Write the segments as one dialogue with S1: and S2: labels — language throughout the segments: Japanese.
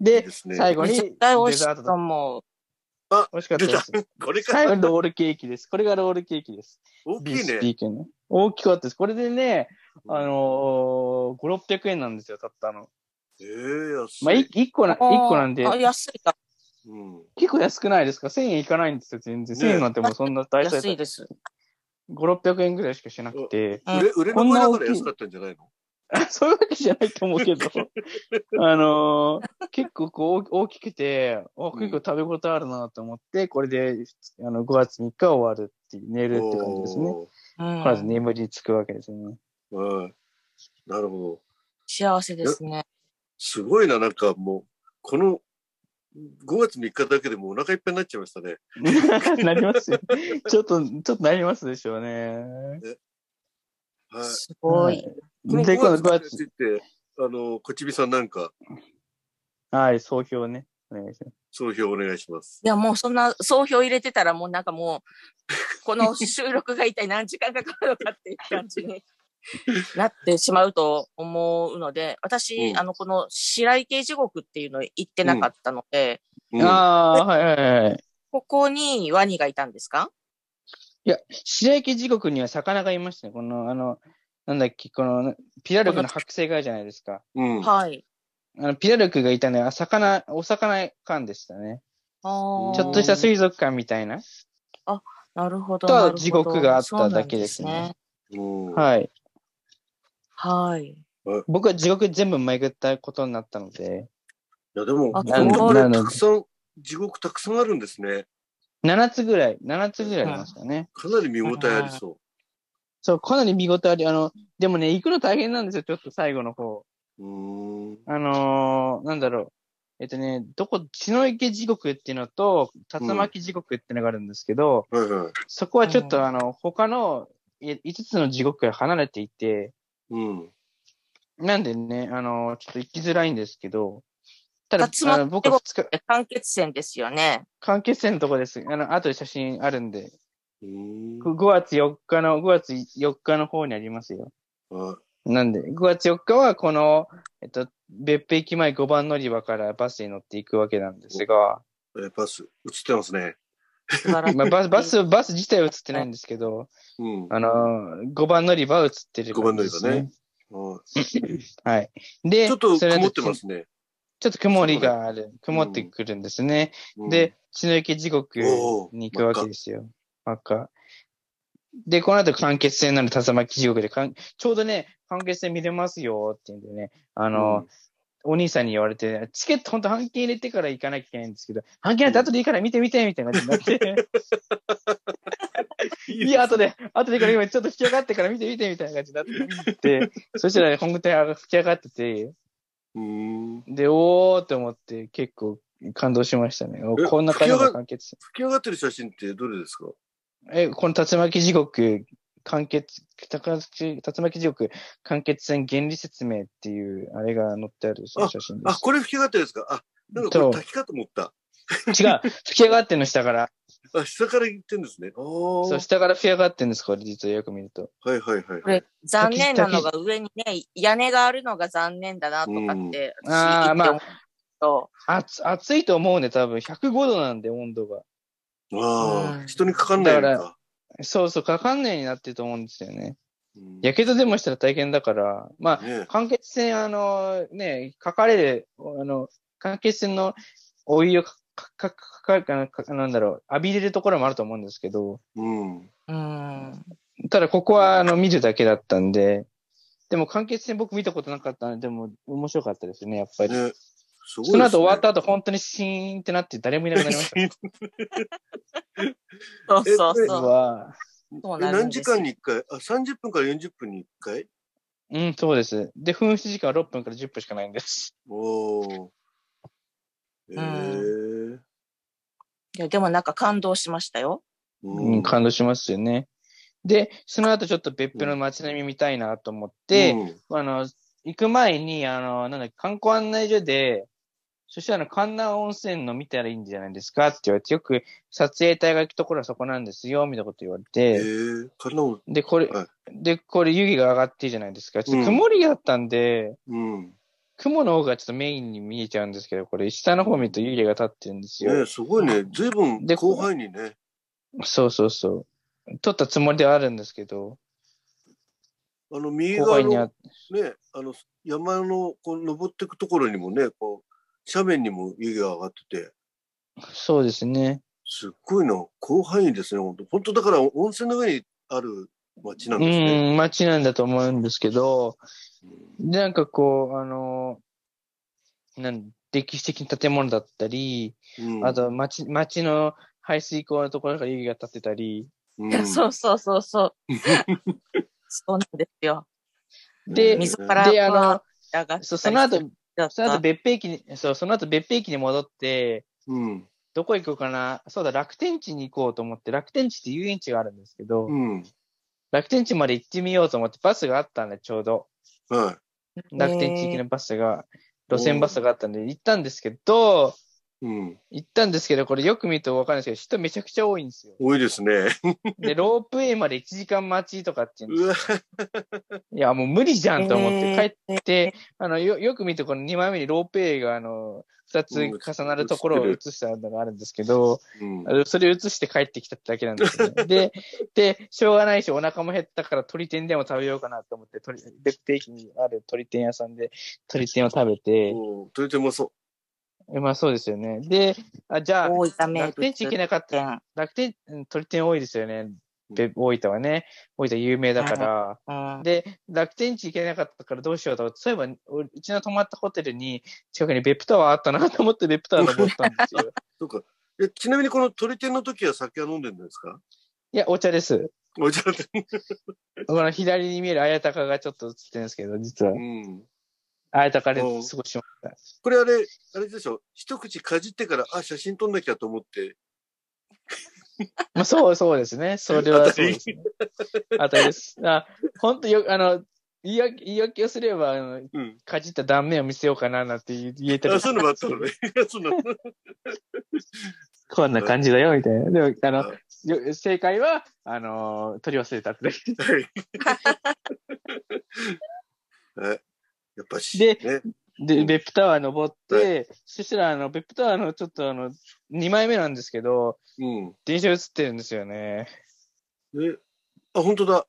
S1: で、
S2: ですね
S1: 最後に
S3: めちゃ
S1: デ
S3: くちゃ美味し
S1: ザー
S3: い
S1: ト
S3: と
S1: だ。
S3: 思う。
S1: 美味しかったです。
S2: これか
S1: 最
S2: ら
S1: 後にロールケーキです。これがロールケーキです。
S2: 大きい
S1: BSP
S2: ね。
S1: 券の。大きかったです。これでね、あのー、5、600円なんですよ、たったの。
S2: ええ安い。
S1: まあ、い一個な、一個なんで
S3: あ、安いか。
S2: うん。
S1: 結構安くないですか ?1000 円いかないんですよ、全然。
S2: ね
S1: 1000円なんてもうそんな大体
S3: 安いです。
S1: 5、600円ぐらいしかしなくて。
S3: うん
S2: 売れ、売れ残りだから安かったんじゃないの
S1: そういうわけじゃないと思う けど。あのー結構こう大大きくて、お結構食べ応えあるなと思って、これであの5月3日は終わるっていう、寝るって感じですね。
S2: おー
S3: うん
S1: まず眠りにつくわけですよね。
S2: うん。なるほど。
S3: 幸せですね。
S2: すごいな、なんかもう、この5月3日だけでもうお腹いっぱいになっちゃいましたね。
S1: なりますよ。ちょっと、ちょっとなりますでしょうね。
S2: はい。
S3: すごい。
S2: この
S1: で、この
S2: 5
S1: 5
S2: 月につ
S1: 月、
S2: いて、あの、こちびさんなんか、
S1: はい、総評ね。お願いします。
S2: 総評お願いします。
S3: いや、もうそんな総評入れてたら、もうなんかもう、 この収録が一体何時間かかるのかっていう感じに なってしまうと思うので、私、
S2: うん
S3: あの、この白池地獄っていうの行ってなかったので、
S2: うん、
S1: ああ、はいはいはい。
S3: ここにワニがいたんですか
S1: いや、白池時刻には魚がいましたね。この、あの、なんだっけ、この、ピラルクの剥製があるじゃないですか。
S2: うん。
S3: はい。
S1: あの、ピラルクがいたね、あ魚、お魚館でしたね。
S3: ちょ
S1: ちょっとした水族館みたいな。
S3: なるほど。
S1: とは
S3: なるほど
S1: 地獄があっただけですね。
S2: うん
S1: はい。
S3: そうなんですねはい。
S1: 僕は地獄全部巡ったことになったので、
S2: いや、でも、
S3: あ
S2: こん
S3: そう
S1: な
S2: なに
S1: の
S2: たくさん、地獄たくさんあるんですね。
S1: 7つぐらい、7つぐらいありましたね。
S2: かなり見応えありそ
S1: そう、かなり見事あり、あの、でもね、行くの大変なんですよ、ちょっと最後の方。
S2: う。うーん。
S1: あのー、なんだろう。えっとね、どこ、血の池地獄っていうのと、竜巻地獄っていうのがあるんですけど、
S2: はいはい。
S1: そこはちょっ
S3: うん
S1: とあの、他の5つの地獄から離れていて、
S2: うん。
S1: なんでね、あの、ちょっと行きづらいんですけど、ただ、
S3: 竜巻
S1: あの僕は2日、
S3: 完結戦ですよね。
S1: 関係線のとこです。あの、後で写真あるんで、
S2: うーん
S1: 5月4日の、5月4日の方にありますよ。
S2: は
S1: なんで、5月4日はこの、えっと、別府駅前5番乗り場からバスに乗っていくわけなんですが、
S2: い。えパス、映ってますね。
S3: 素晴らしい
S1: まあ、バス、バス、バス自体は映ってないんですけど、
S2: うん。
S1: あの、5番乗り場は映ってる感じです、
S2: 五番乗りはい
S1: はい。で、
S2: ちょっと
S1: それ
S2: 曇
S1: 後
S2: ってますね。
S1: ちょっと曇りがある。曇ってくるんですね。
S2: うん
S1: で、、血の池地獄に行くわけですよ。真っ赤。で、この後間欠戦なる竜巻地獄でかん、ちょうどね、間欠戦見れますよって言うんでね、あの、お兄さんに言われて、チケット本当半券入れてから行かなきゃいけないんですけど、半券なんて後でいいから見て見てみたいな感じになって、
S2: うん、 い
S1: いや、後で、後でいいから今ちょっと吹き上がってから見て見てみたいな感じになって、 でそしたらね、本宮隊が吹き上がってて、
S2: うーん。
S1: で、おーって思って結構感動しましたね。お
S2: え
S1: こんな感じの完結。
S2: 吹き上がってる写真ってどれですか
S1: え、この竜巻地獄、完結、たか竜巻地獄、完結戦原理説明っていう、あれが載ってあるその写真で
S2: あ、
S1: す。
S2: これ吹き上がってるんですかあ、なんかこれ滝かと思った。
S1: 違う、吹き上がってんの下 から。
S2: あ、下から行ってんですね。ああ。
S1: そう、
S2: は
S1: 下から吹き上がってんです、これ実はよく見ると。
S2: いはいはい
S3: こ
S2: はい。
S3: れ、残念なのが上にね、屋根があるのが残念だなとかって、
S1: うんあーまあ
S3: あ、と、
S1: 暑、暑いと思うね、多分。105度なんで、温度が。
S2: あ
S3: う
S2: あ、
S3: ん
S2: 人にかかんないの
S1: だか
S2: か。
S1: そうそう、かかんないようになってると思うんですよね。
S2: うん
S1: やけどでもしたら大変だから、まあ、
S2: ね
S1: 間欠戦、あの、ね、書かれる、あの、間欠戦のお湯をか、か、か、か、か、かなんだろう、浴びれるところもあると思うんですけど、
S2: うん。
S3: うん。
S1: ただここは、あの、見るだけだったんで、でも間欠戦僕見たことなかったんで、でも面白かったですね、やっぱり。
S2: ね。すごいですね
S1: その後終わった後、本当にシーンってなって誰もいなくなりま した。
S2: え
S3: そうそう
S2: で
S1: う
S3: そう。
S1: わ
S3: そう
S2: え
S3: なるん
S2: 何
S3: です
S2: 時
S3: よ
S2: 間に1回あ、30分から40分に1回
S1: うん、そうです。で、噴出時間は6分から10分しかないんです。
S2: おお。ええー。
S3: いや、でもなんか感動しましたよ。
S1: うん、感動しますよね。で、その後ちょっと別府の街並み見たいなと思って、
S2: うん
S1: あの、行く前に、あの、なんだっけ、観光案内所で、そしたら、観南温泉の見たらいいんじゃないですかって言われて、よく撮影隊が行くところはそこなんですよ、みたいなこと言われ
S2: ええ
S1: て、
S2: ー。観音。
S1: で、これ
S2: はい、
S1: で、これ、湯気が上がってるじゃないですか。ちょっと
S2: うん
S1: 曇りだったんで、
S2: うん。
S1: 雲の方がちょっとメインに見えちゃうんですけど、これ下の方見ると湯気が立ってるんです
S2: ね
S1: よ。
S2: すごいね。随分
S1: で
S2: 広範囲にね。
S1: そうそうそう。撮ったつもりではあるんですけど、
S2: あの、右
S1: 後
S2: 側
S1: 輩に
S2: の
S1: あ
S2: ね、あの、山の、こう、登っていくところにもね、こう、斜面にも湯気が上がってて、
S1: そうですね。
S2: すっごいな。広範囲ですね、本当本当だから、温泉の上にある町なん
S1: う
S2: ですね。
S1: ん、街なんだと思うんですけど、でなんかこう、あの、なん歴史的な建物だったり、
S2: うん
S1: あ、と町、町の排水溝のところから湯気が立ってたり、
S2: う
S3: いや、 そうそうそうそう。そうなんですよ。
S1: で
S3: 水から、
S1: であの
S3: わーって上がったりして
S1: そうその後、
S3: だった
S1: その後別邸機に、そう、その後別邸機に戻って、
S2: うん。
S1: どこ行こうかな。そうだ、楽天地に行こうと思って、楽天地って遊園地があるんですけど、
S2: うん。
S1: 楽天地まで行ってみようと思って、バスがあったんで、ちょうど。
S2: は
S1: 楽天地行きのバスが、
S2: ー
S1: 路線バスがあったんで、行ったんですけど、
S2: い。うん。
S1: 行ったんですけど、これよく見るとわかるんですけど、人めちゃくちゃ多いんですよ。
S2: 多いです ね。
S1: で、ロープウェイまで1時間待ちとかって言うんです
S2: うわ。
S1: いや、もう無理じゃんと思っ
S3: え
S1: て、
S3: ー
S1: 帰って、あの、よ、よく見て、この2枚目にロープウェイが、あの、2つ重なるところを映したのがあるんですけど、
S2: うん
S1: あ。のそれ映して帰ってきたってだけなんですよね。で、で、しょうがないし、お腹も減ったから鶏天でも食べようかなと思って、鳥別定期にある鶏天屋さんで鶏天を食べて、
S2: もう、とれてもそ
S1: えまあそうですよね。で、あじゃあ、
S3: 大分名
S1: 楽天地行け
S3: 物
S1: なかった。
S3: 店。
S1: 楽天、うん鶏天多いですよね。
S2: うん
S1: べ大分はね。大分有名だから。
S3: うん。
S1: で、楽天地行けなかったからどうしようと思って、そういえば、おうちの泊まったホテルに、近くに別府タワーあったなと思って別府タワー登ったんです よ。
S2: う。そうか。え、ちなみにこの鳥天の時は酒は飲んでるんですか
S1: いや、お茶です。
S2: お茶で。
S1: この左に見える綾鷹がちょっと映ってるんですけど、実は
S2: う。ん。
S1: あやたかで過
S2: うん
S1: ごしました。
S2: これあれ、あれでしょ一口かじってから、あ、写真撮んなきゃと思って。
S1: まあ、そう、そうですね。それはそう ですね。あたりです。あ、本当よ、あの、言い訳言い訳をすれば、あの
S2: うん。
S1: かじった断面を見せようかななんて言言えたり
S2: あ、そういうのもあったのね。 そうなの
S1: こんな感じだよ、みたいな。でも、あの
S2: は、
S1: よ正解は、あの、取り忘れたってだけ
S2: はい えやっぱし、
S1: で
S2: ね、
S1: で。
S2: う
S1: で、
S2: ん
S1: 別府タワー登って、そしたら、あの、別府タワーのちょっとあの、2枚目なんですけど、
S2: うん。
S1: 電車映ってるんですよね。
S2: え、あ、本当だ。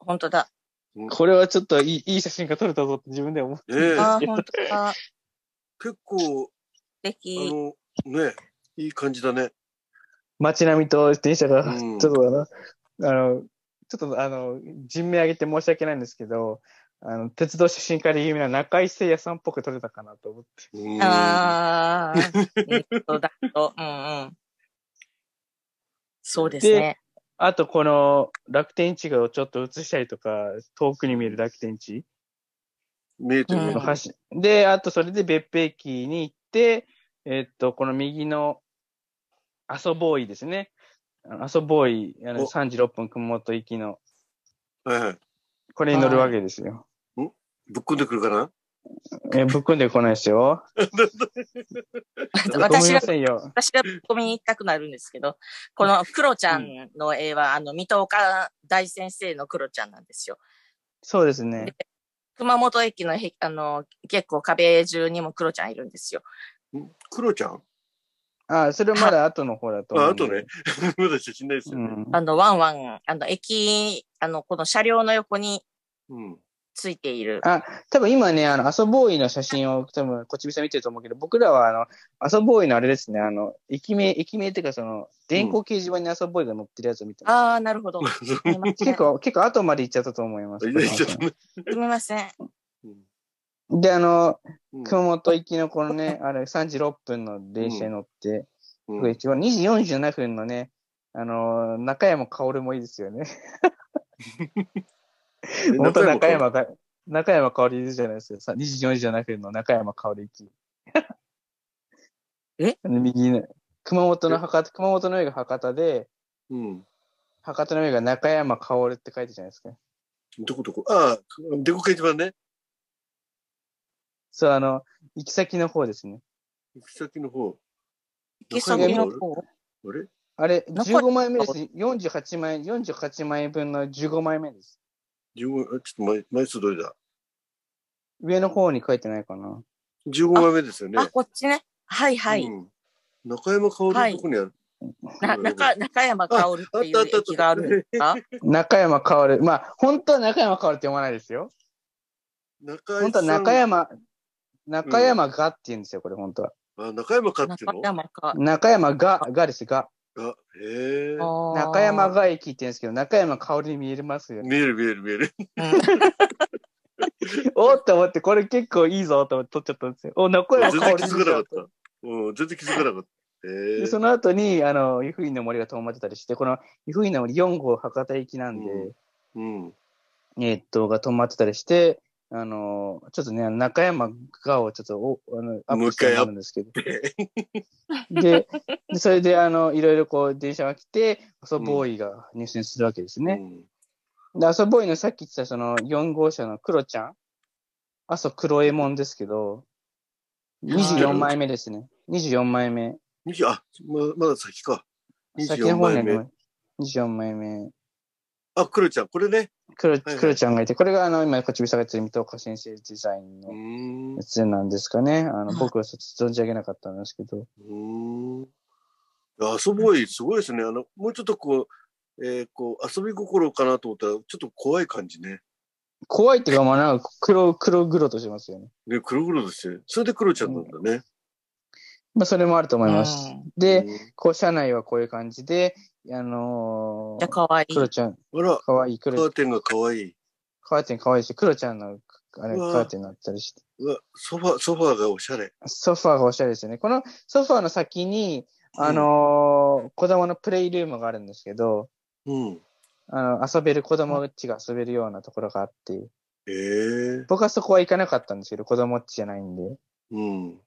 S3: 本当だ。
S1: これはちょっといい、いい写真が撮れたぞって自分で思う。
S2: ねえ、
S3: ああ、本当だ。素
S2: 結構、あ
S3: 敵。
S2: の、ね、いい感じだね。
S1: 街並みと電車が、
S2: う
S1: ちょ
S2: ん
S1: っとあの、あの、ちょっとあの、人名挙げて申し訳ないんですけど、あの、鉄道写真家で有名な中井誠也さんっぽく撮れたかなと思って。
S2: うん
S3: ああ、そうだと。うんうん。そうですね。
S1: あと、この楽天地をちょっと映したりとか、遠くに見える楽天地
S2: 見えてる
S3: う
S2: ね
S3: ん
S1: の。橋。で、あとそれで別府駅に行って、えっと、この右の、阿蘇ボーイですね。あの阿蘇ボーイ、あの
S2: お
S1: 3時6分熊本行きの、
S2: はいはい。
S1: これに乗るわけですよ。
S2: ぶっこんでくるかな
S1: え、ぶっ込んでこないですよ。 ごめ
S3: 私
S1: んな
S3: が
S1: さいよ。
S3: 私が込みに行きたくなるんですけど、このクロちゃんの絵は、あの、水戸岡大先生のクロちゃんなんですよ。
S1: そうですね。
S3: 熊本駅のへ、あの、結構壁中にもクロちゃんいるんですよ。
S2: うんクロちゃん
S1: あ、それまだ後の方だと思う。
S2: あ後ね。まだ写真ないですよ
S1: う
S2: ね。
S1: ん。
S3: あの、ワンワン、あの、駅、あの、この車両の横に
S2: うん。
S3: ついている。
S1: 多分今ね、あの、アソボーイの写真を、多分、こっちびさん見てると思うけど、僕らは、あの、アソボーイのあれですね、あの、駅名、駅名っていうか、その、電光掲示板にアソボーイが載ってるやつを見てます。
S3: ああ、なるほど。すみません
S1: 結。構、結構後まで行っちゃったと思い ます。
S2: ちょっとね。
S3: すみません。
S2: うん
S1: で、あの、
S2: うん
S1: 熊本行きのこのね、あれ、3時6分の電車に乗って、
S2: うん
S1: 僕一番2時47分のね、あの、中山薫もいいですよね。
S2: え
S1: 元中
S2: 中山
S1: 山が、中山香織いるじゃないですか。さ2時4時じゃなくの中山香織行き。
S3: え
S1: あの右の、熊本の博多、熊本の上が博多で、
S2: うん。
S1: 博多の上が中山香織って書いてるじゃないですか。
S2: どこどこああ、デコ掲示板ね。
S1: そう、あの、行き先の方ですね。
S2: 行き先の方。
S3: 行き先の方。
S2: あれ
S1: あれ、
S3: 中山
S1: 15枚目です。48枚、48枚分の15枚目です。
S2: 自分、あちょっと枚枚数どれだ
S1: 上の方に書いてないかな。
S2: 15枚目ですよね。
S3: あ、こっちね。はいはい。
S2: うん中山薫のとこにある。
S3: な中中山薫っていう駅があるんですか
S1: 中山薫。まあ、本当は中山薫って読まないですよ。
S2: 中
S1: 本当は中。山、中山がって言うんですよ、これ、本当は。
S2: あ、中山かってい
S3: 中
S2: うの
S3: 山か。
S1: 中山が、がです、が。
S2: あ、へえ。
S1: 中山が駅って言うんですけど、中山薫に見えますよ。
S2: 見える見える見える。
S1: おっと思って、これ結構いいぞと思って撮っちゃったんですよ。お、中山
S2: 全然
S1: 薫
S2: 気
S1: に
S2: づ
S1: 見え
S2: かなか
S1: る
S2: っ。た。うん、全然気づかなかった。へ
S1: で
S2: え。
S1: その後に、あの、湯布院の森が遠まってたりして、この湯布院の森4号博多行きなんで、
S2: ううん。
S1: えーっと、が止まってたりして、あのーちょっとね、中山がをちょっとお、あの、アップしてもらうんですけど。で、でそれで、あの、いろいろこう、電車が来て、アソボーイが入選するわけですね。で、アソボーイのさっき言ってた、その、4号車のクロちゃん。阿蘇黒えもんですけど、24枚目ですね。24枚目。
S2: うん。いやあ、ままだ先か。
S1: 先
S2: 24
S1: の方に
S2: 枚
S1: あり
S2: 目
S1: ま。す。24枚目。
S2: あ、クロちゃん、これね。
S1: クロ、
S2: はい
S1: クロちゃんがいて、これがあの、今、こっち見下がってる三戸岡先生デザインの
S2: うーん。
S1: や
S2: う
S1: つなんですかね。あの、
S3: い
S1: 僕はちょっと存じ上げなかったんですけど。
S2: ーん。遊ぼい、すごいですね。あの、もうちょっとこう、えー、こう、遊び心かなと思ったら、ちょっと怖い感じね。
S1: 怖いっていうか、まあ、なんか黒、黒黒としますよね。
S2: ね、黒々として。それでクロちゃんなんだね。
S1: まあ、それもあると思います。で、
S2: う
S1: こう、車内はこういう感じで、あの
S3: じゃ
S1: ー、
S3: かわいい
S1: 黒。ちゃん、
S2: ん、あら、
S1: かわいい、
S2: カ
S1: 黒
S2: ー
S1: い、
S2: テンが可愛い。
S1: カーテンかわいいし、黒ちゃんの、あれ、
S2: うわ
S1: カーテンになったりして。
S2: うわ、ソファ、ソファーがおしゃれ。
S1: ソファーがおしゃれですよね。このソファーの先に、あのー、子供のプレイルームがあるんですけど、
S2: うん。
S1: あの、遊べる子供っちが遊べるようなところがあって、
S2: ええー。
S1: 僕はそこは行かなかったんですけど、子供っちじゃないんで。
S2: うん。